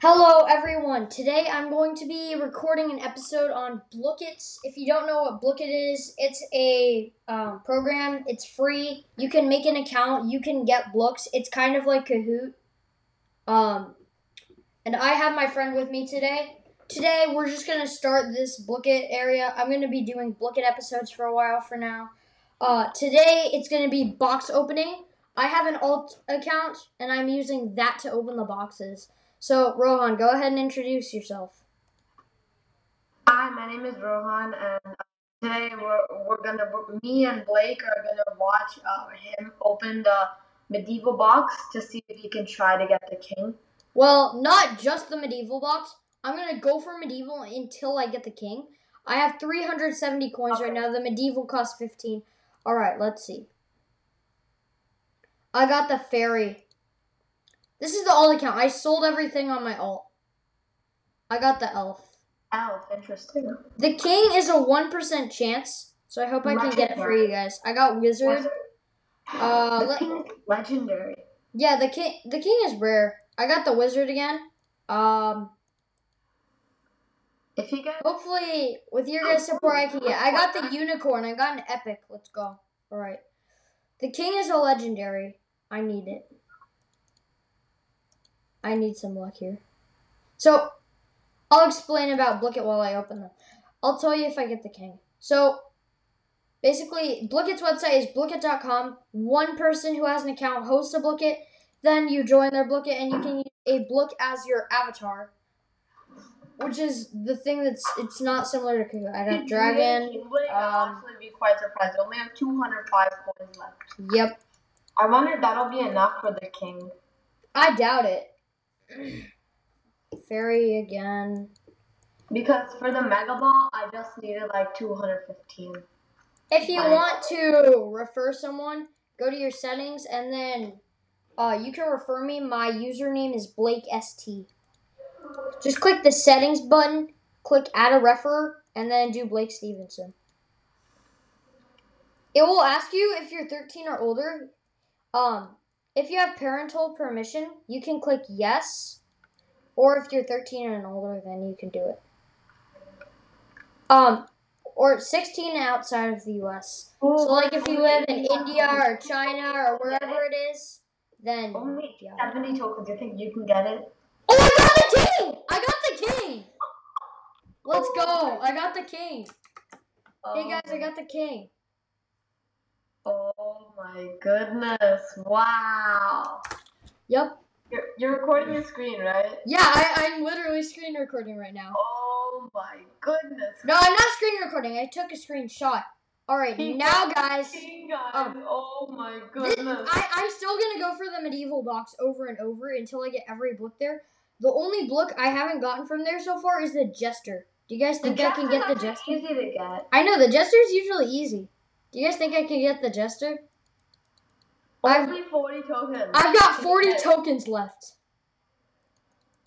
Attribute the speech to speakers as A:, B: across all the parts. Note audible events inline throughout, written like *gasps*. A: Hello, everyone. Today I'm going to be recording an episode on Blookits. If you don't know what Blookit is, it's a um, program. It's free. You can make an account. You can get Blooks. It's kind of like Kahoot. Um, and I have my friend with me today. Today we're just gonna start this Blookit area. I'm gonna be doing Blookit episodes for a while for now. Uh, today it's gonna be box opening. I have an alt account and I'm using that to open the boxes. So, Rohan, go ahead and introduce yourself.
B: Hi, my name is Rohan, and uh, today we're, we're gonna, me and Blake are gonna watch uh, him open the medieval box to see if he can try to get the king.
A: Well, not just the medieval box. I'm gonna go for medieval until I get the king. I have 370 coins right
B: Okay.
A: now. The medieval costs 15. All right, let's see. I got the fairy. This is the alt account. I sold everything on my alt. I got the elf.
B: Elf, interesting.
A: The king is a 1% chance, so I hope I can get it for you guys. I got wizard. Uh,
B: the
A: let-
B: king is legendary.
A: Yeah, the king the king is rare. I got the wizard again. Um
B: If he gets,
A: hopefully with your guys' support I can get I got the unicorn, I got an epic. Let's go. Alright. The king is a legendary. I need it. I need some luck here. So I'll explain about Blicket while I open them. I'll tell you if I get the king. So basically Blicket's website is blicket.com. One person who has an account hosts a Blicket, then you join their Blicket and you can use a Blick as your avatar. Which is the thing that's it's not similar to Kahoot. I got dragon.
B: You would
A: um,
B: actually be quite surprised. We only have 205 coins left.
A: Yep.
B: I wonder if that'll be enough for the king.
A: I doubt it. *clears throat* Fairy again.
B: Because for the mega ball, I just needed like 215.
A: If you
B: Right.
A: want to refer someone, go to your settings and then uh, you can refer me. My username is Blake St. Just click the settings button, click add a refer, and then do Blake Stevenson. It will ask you if you're 13 or older. Um, if you have parental permission, you can click yes, or if you're 13 and older, then you can do it. Um, or 16 outside of the U.S. So, like, if you live in India or China or wherever it is, then.
B: Only
A: Oh, Yeah.
B: 70 tokens. You think you can get it?
A: Oh, I got the king! I got the king! Let's go! I got the king. Hey guys, I got the king.
B: Oh my goodness! Wow.
A: Yep.
B: You're, you're recording your screen, right?
A: Yeah, I, I'm literally screen recording right now.
B: Oh my goodness.
A: No, I'm not screen recording. I took a screenshot. All right, now guys,
B: King guys.
A: Um,
B: oh my
A: this,
B: goodness.
A: I, I'm still gonna go for the medieval box over and over until I get every book there. The only book I haven't gotten from there so far is the Jester. Do you guys think I can get the
B: Jester's
A: Jester?
B: Easy to get.
A: I know the Jester's usually easy. Do you guys think I can get the Jester? I've
B: Only 40 tokens.
A: I've got 40 tokens left.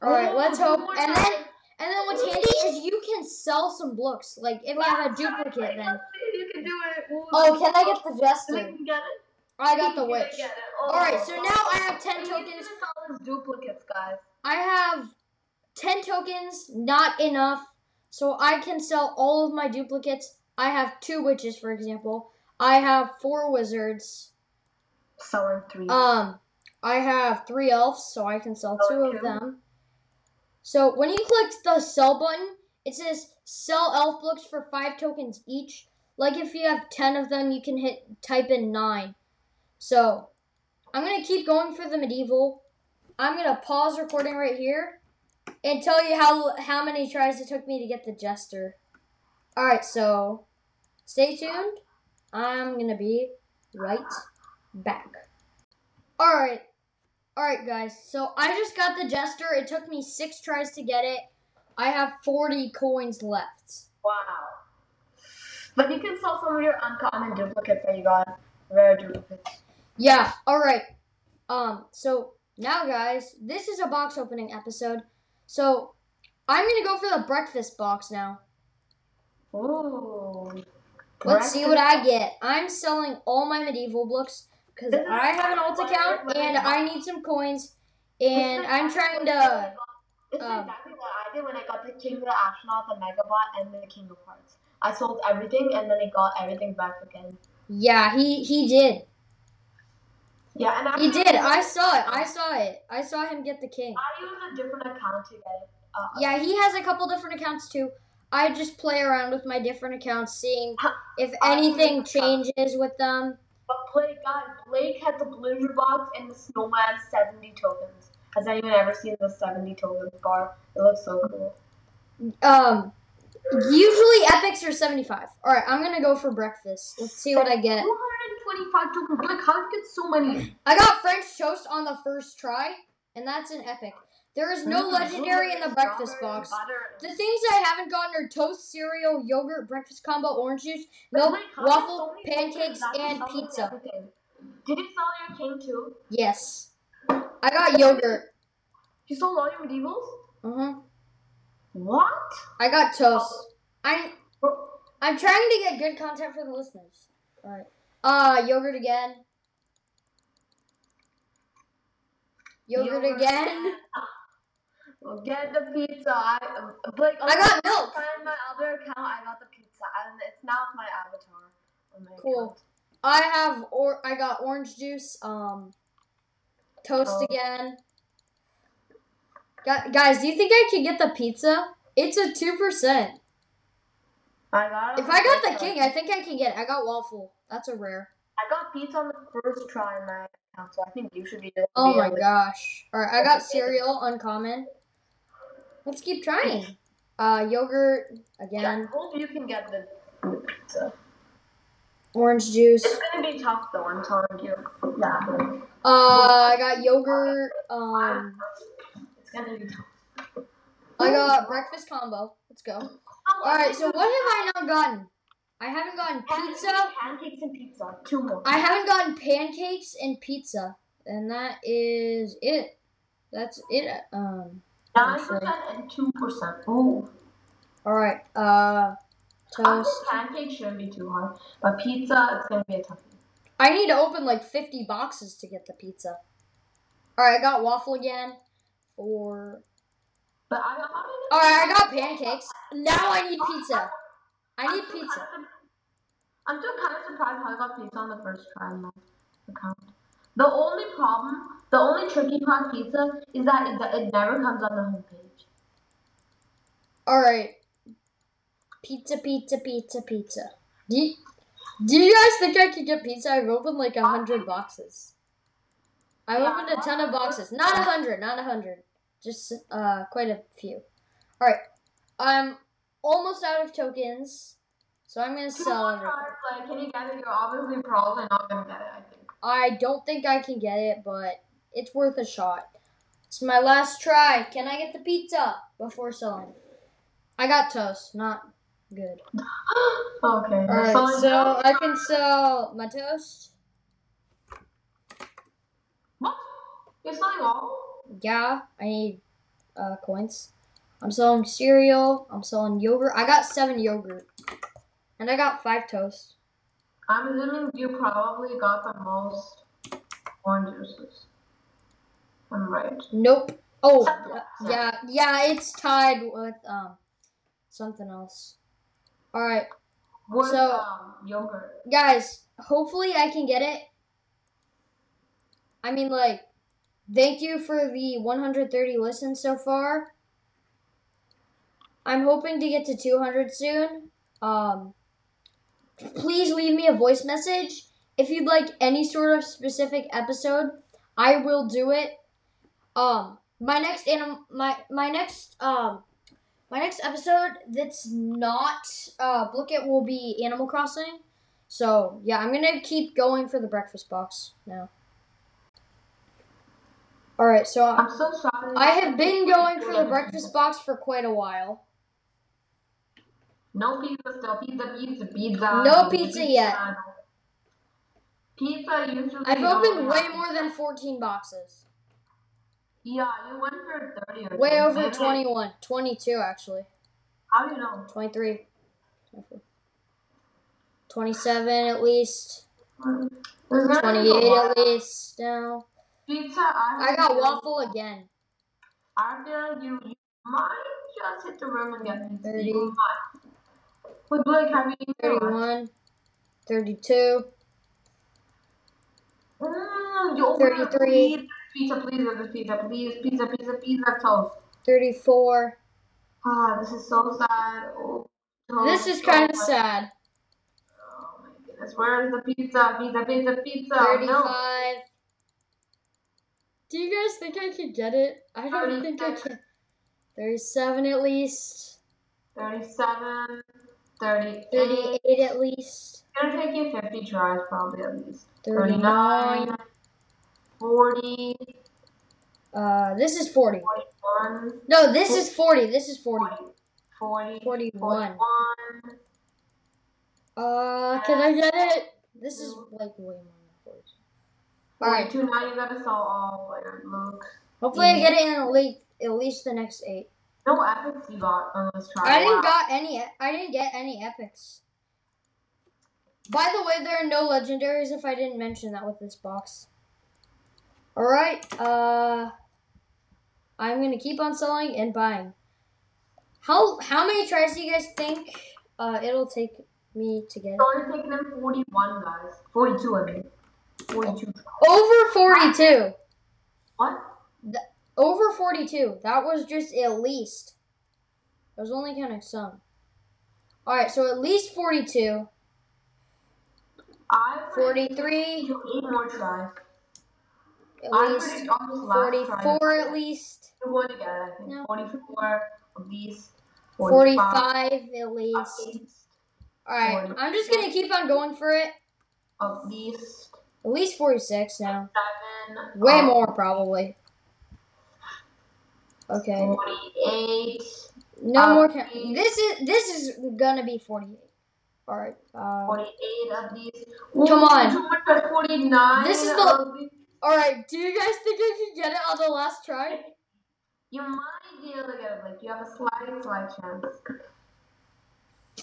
A: All right,
B: Oh,
A: let's
B: one
A: hope.
B: more
A: And then,
B: time.
A: and then what's handy is you can sell some books. Like if I have a duplicate, then.
B: Let's see if *laughs* you can do it. Ooh,
A: Oh, can I get the
B: You
A: jester?
B: can get it.
A: I got the
B: You can
A: witch.
B: get it. Oh.
A: All right, so now I have 10
B: We need
A: tokens.
B: to sell those duplicates, guys.
A: I have 10 tokens, not enough. So I can sell all of my duplicates. I have two witches, for example. I have four wizards.
B: Selling three.
A: Um, I have three elves, so I can sell two
B: Oh,
A: of
B: two.
A: them. So when you click the sell button, it says sell elf books for five tokens each. Like if you have ten of them, you can hit type in nine. So I'm gonna keep going for the medieval. I'm gonna pause recording right here and tell you how how many tries it took me to get the jester. All right, so stay tuned. I'm gonna be right back. All right. All right, guys. So I just got the jester. It took me six tries to get it. I have 40 coins left.
B: Wow. But you can sell some of your uncommon duplicates that you got. Rare duplicates.
A: Yeah. All right. Um. So now, guys, this is a box opening episode. So I'm gonna go for the breakfast box now.
B: Ooh.
A: Let's see what I get. I'm selling all my medieval books because
B: This is
A: I have an alt
B: what I
A: account
B: recommend.
A: and I need some coins, and I'm trying to
B: It's
A: Um,
B: exactly what I did when I got the King of the Astronaut, the Megabot, and the Kingdom Hearts. I sold everything and then I got everything back again.
A: Yeah, he he did.
B: Yeah, and I
A: He did. I saw it. I saw it. I saw him get the king.
B: I used a different account to get it. Uh,
A: Yeah, he has a couple different accounts too. I just play around with my different accounts, seeing if anything changes with them.
B: But Blake, God, Blake had the Blizzard box and the Snowman 70 tokens. Has anyone ever seen the 70 tokens bar? It looks so cool.
A: Um, usually epics are seventy-five. All right, I'm gonna go for breakfast. Let's see what I get.
B: 225 tokens. Blake, how did you get so many?
A: I got French toast on the first try, and that's an epic. There is *laughs* no
B: Mm,
A: legendary in the
B: blueberry,
A: breakfast
B: strawberry,
A: box.
B: butter.
A: The things I haven't gotten are toast, cereal, yogurt, breakfast combo, orange juice,
B: But
A: milk,
B: Blake, how did so
A: waffle,
B: many tokens
A: pancakes,
B: not be
A: and
B: selling
A: pizza.
B: everything? Did you sell your king too?
A: Yes. I got yogurt.
B: You sold all your medievals?
A: Uh-huh.
B: What?
A: I got toast. I'm
B: Bro,
A: I'm trying to get good content for the listeners. Alright. Uh yogurt again. Yogurt
B: Yogurt.
A: again.
B: *laughs* Well, get the pizza. I, Blake,
A: I got milk.
B: On my other account, I got the pizza, and it's now my avatar. On my
A: Cool.
B: account.
A: *laughs* I have or I got orange juice, um toast
B: Oh.
A: again. Gu- Guys, do you think I could get the pizza? It's a two percent.
B: I got. it
A: If
B: on
A: I got the
B: first
A: king,
B: try.
A: I think I can get it. I got waffle. That's a rare.
B: I got pizza on the first try on my account, so I think you should be. able to
A: Oh
B: be
A: my
B: able to-
A: gosh. Alright, I got cereal, uncommon. Let's keep trying.
B: *laughs*
A: Uh yogurt
B: Yeah, I
A: again.
B: hope you can get the, the pizza.
A: Orange juice.
B: It's gonna be tough though. I'm telling you. Yeah.
A: Uh I got yogurt. Um
B: It's gonna be tough.
A: I got breakfast combo. Let's go. Alright, so what have I not gotten? I haven't gotten pizza.
B: Pancakes and pizza. Two more.
A: I haven't gotten pancakes and pizza. And that is it. That's it. Um
B: Nine percent and two percent. Ooh.
A: alright. Uh
B: I
A: toast.
B: think pancakes shouldn't be too hard, but pizza it's gonna be a tough. one.
A: I need to open like 50 boxes to get the pizza. Alright, I got waffle again. Or.
B: But I already.
A: Alright, I got pancakes. Now I need pizza. I need pizza.
B: I'm still kind of surprised how I got pizza on the first try on my account. The only problem, the only tricky part of pizza is that it, that it never comes on the homepage.
A: Alright. Pizza, pizza, pizza, pizza. Do you, do you guys think I could get pizza? I've opened like 100 boxes. I've opened a ton of boxes. Not 100, not 100. Just uh, quite a few. Alright. I'm almost out of tokens. So I'm gonna
B: Two
A: sell
B: more
A: everything.
B: tries, like, can you get it? You're obviously probably not gonna get it. I think. *gasps*
A: I don't think I can get it, but it's worth a shot. It's my last try. Can I get the pizza before selling? I got toast. Not good.
B: okay.
A: All right,
B: so-
A: so uh, I can sell my toast.
B: what? You're selling all?
A: Yeah, I need uh, coins. I'm selling cereal. I'm selling yogurt. I got seven yogurt, and I got five toast.
B: I'm assuming you probably got the most orange juices. I'm right.
A: Nope. Oh, yeah, yeah. It's tied with um something else. All right.
B: With
A: So-
B: um, yogurt.
A: guys, hopefully I can get it. I mean, like, thank you for the 130 listens so far. I'm hoping to get to 200 soon. Um, please leave me a voice message if you'd like any sort of specific episode. I will do it. Um, my next anim- my my next um my next episode that's not uh Blicket will be Animal Crossing. So yeah, I'm gonna keep going for the breakfast box now. All right, so
B: I'm so sorry.
A: I have been going for the breakfast box for quite a while.
B: No pizza still. Pizza, pizza, pizza.
A: No pizza yet.
B: Pizza usually.
A: I've
B: don't
A: opened way
B: have-
A: more than 14 boxes,
B: Yeah, you went for 30 or
A: way over
B: something.
A: 21, 22 actually,
B: How do you know?
A: 23, 24, 27 at least,
B: There's gonna be a
A: 28
B: lot.
A: at least now.
B: Pizza, I,
A: I got
B: feel-
A: waffle again.
B: I feel like you, you Mine just hit the rim again.
A: Thirty.
B: Mine. Wait, Blake, have you?
A: 31, 32,
B: Mm, you open it.
A: 33.
B: Please, pizza, please, other pizza, please, pizza, pizza, pizza, toast.
A: 34.
B: Ah, this is so sad. Oh, toast,
A: This is kind of
B: toast.
A: sad.
B: Oh my goodness, where is the pizza? Pizza, pizza, pizza. Oh, No.
A: 35. Do you guys think I could get it? I don't think I can. 37 at least.
B: 37, 38.
A: 38 at least.
B: It's gonna take you 50 tries probably at least.
A: 39.
B: 40,
A: Uh, this is 40.
B: 41,
A: No, this is 40. This is 40.
B: 40,
A: 41. Uh, can I get it? This is like way more than 40. Alright.
B: Alright, 290, that is all, all player. Luke.
A: Hopefully I get it in at least, at least the next eight.
B: No epics you got on this try.
A: I didn't
B: Oh, wow.
A: got any. e, I didn't get any epics. By the way, there are no legendaries. If I didn't mention that with this box. All right. Uh, I'm gonna keep on selling and buying. How how many tries do you guys think uh, it'll take me to get it?
B: So you're taking in 41, guys. 42, I mean. 42.
A: over forty two?
B: What?
A: Over forty two. That was just at least. I was only counting some. All right, so at least forty two.
B: I
A: Forty
B: predict
A: three.
B: you eight more tries.
A: At
B: I
A: least.
B: predict on this last try.
A: 44 at least,
B: You're going to get it, I think.
A: No.
B: 44 of these. 45
A: 45 at
B: of
A: least.
B: these.
A: Alright, I'm just gonna keep on going for it.
B: Of these.
A: At least 46 now.
B: Seven.
A: Way
B: of
A: more, probably. Okay.
B: 48.
A: No more.
B: Um,
A: ca- This is this is gonna be 48. Alright. Uh,
B: 48 of these.
A: Come
B: Ooh,
A: on.
B: too much, that's 49
A: This is the-
B: of these.
A: Alright, do you guys think I can get it on the last try?
B: You might be able to get it, like you have a slight, slight chance.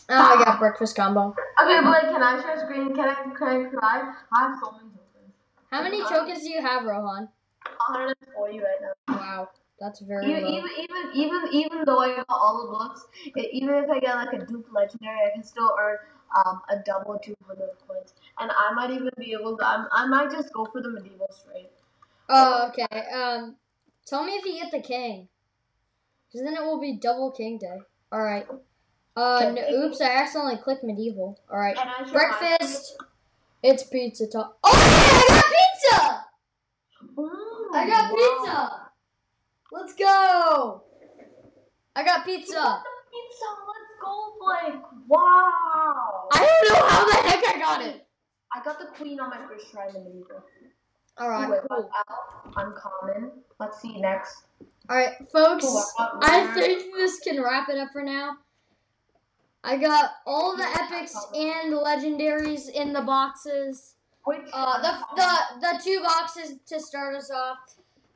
A: Oh, I got breakfast combo.
B: Okay, Blake, can I share screen? Can I, can I cry? I have so many tokens.
A: How many chokers do you have, Rohan?
B: 140 right now.
A: Wow, that's very
B: E, Even,
A: low.
B: even, even, even, even though I got all the books, e- even if I get like a dupe legendary, I can still earn um, a double 200 coins. And I might even be able to, I'm, I might just go for the medieval straight.
A: Oh, okay. Um, tell me if you get the king, because then it will be double king day. All right. Uh, no, oops, I accidentally clicked medieval. All right.
B: And I should
A: Breakfast. It's pizza time. Oh, yeah, I got pizza.
B: Ooh,
A: I got
B: wow.
A: pizza. Let's go. I got pizza.
B: Pizza, let's go, Blake. Wow.
A: I don't know how the heck I got it.
B: I got the queen on my first try in the medieval.
A: All
B: Ooh, I
A: right,
B: got
A: cool.
B: out. Uncommon. Let's see next.
A: All right,
B: Ooh,
A: folks.
B: got
A: I
B: rare.
A: think this can wrap it up for now. I got all the epics and legendaries in the boxes.
B: Which
A: Uh, the, the the two boxes to start us off.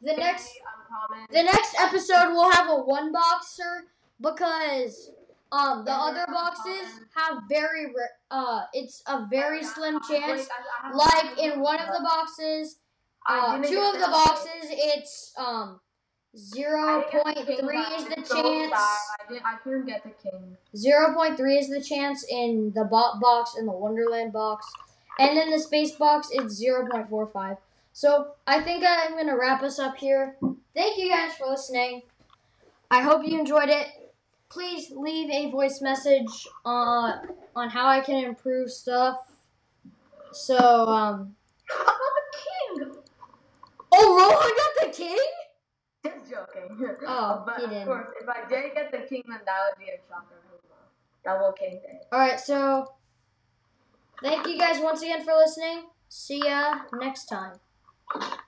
A: The next
B: uncommon.
A: the next episode will have a one boxer because um the other boxes have very ra- uh it's a very slim chance. Like in one of the boxes, uh, two of the boxes, it's um zero point three is the chance.
B: I, didn't, I couldn't get the
A: *laughs*
B: king.
A: 0.3 is the chance in the bot box and the Wonderland box. And in the space box, it's 0.45. So I think I'm going to wrap us up here. Thank you guys for listening. I hope you enjoyed it. Please leave a voice message uh, on how I can improve stuff. So, um.
B: I got the king.
A: Oh, Rohan got the king?
B: Just joking. *laughs*
A: Oh,
B: but
A: he
B: of
A: didn't.
B: course, if I did get the king, then that would be a shocker. Double king day.
A: Alright, so. Thank you guys once again for listening. See ya next time.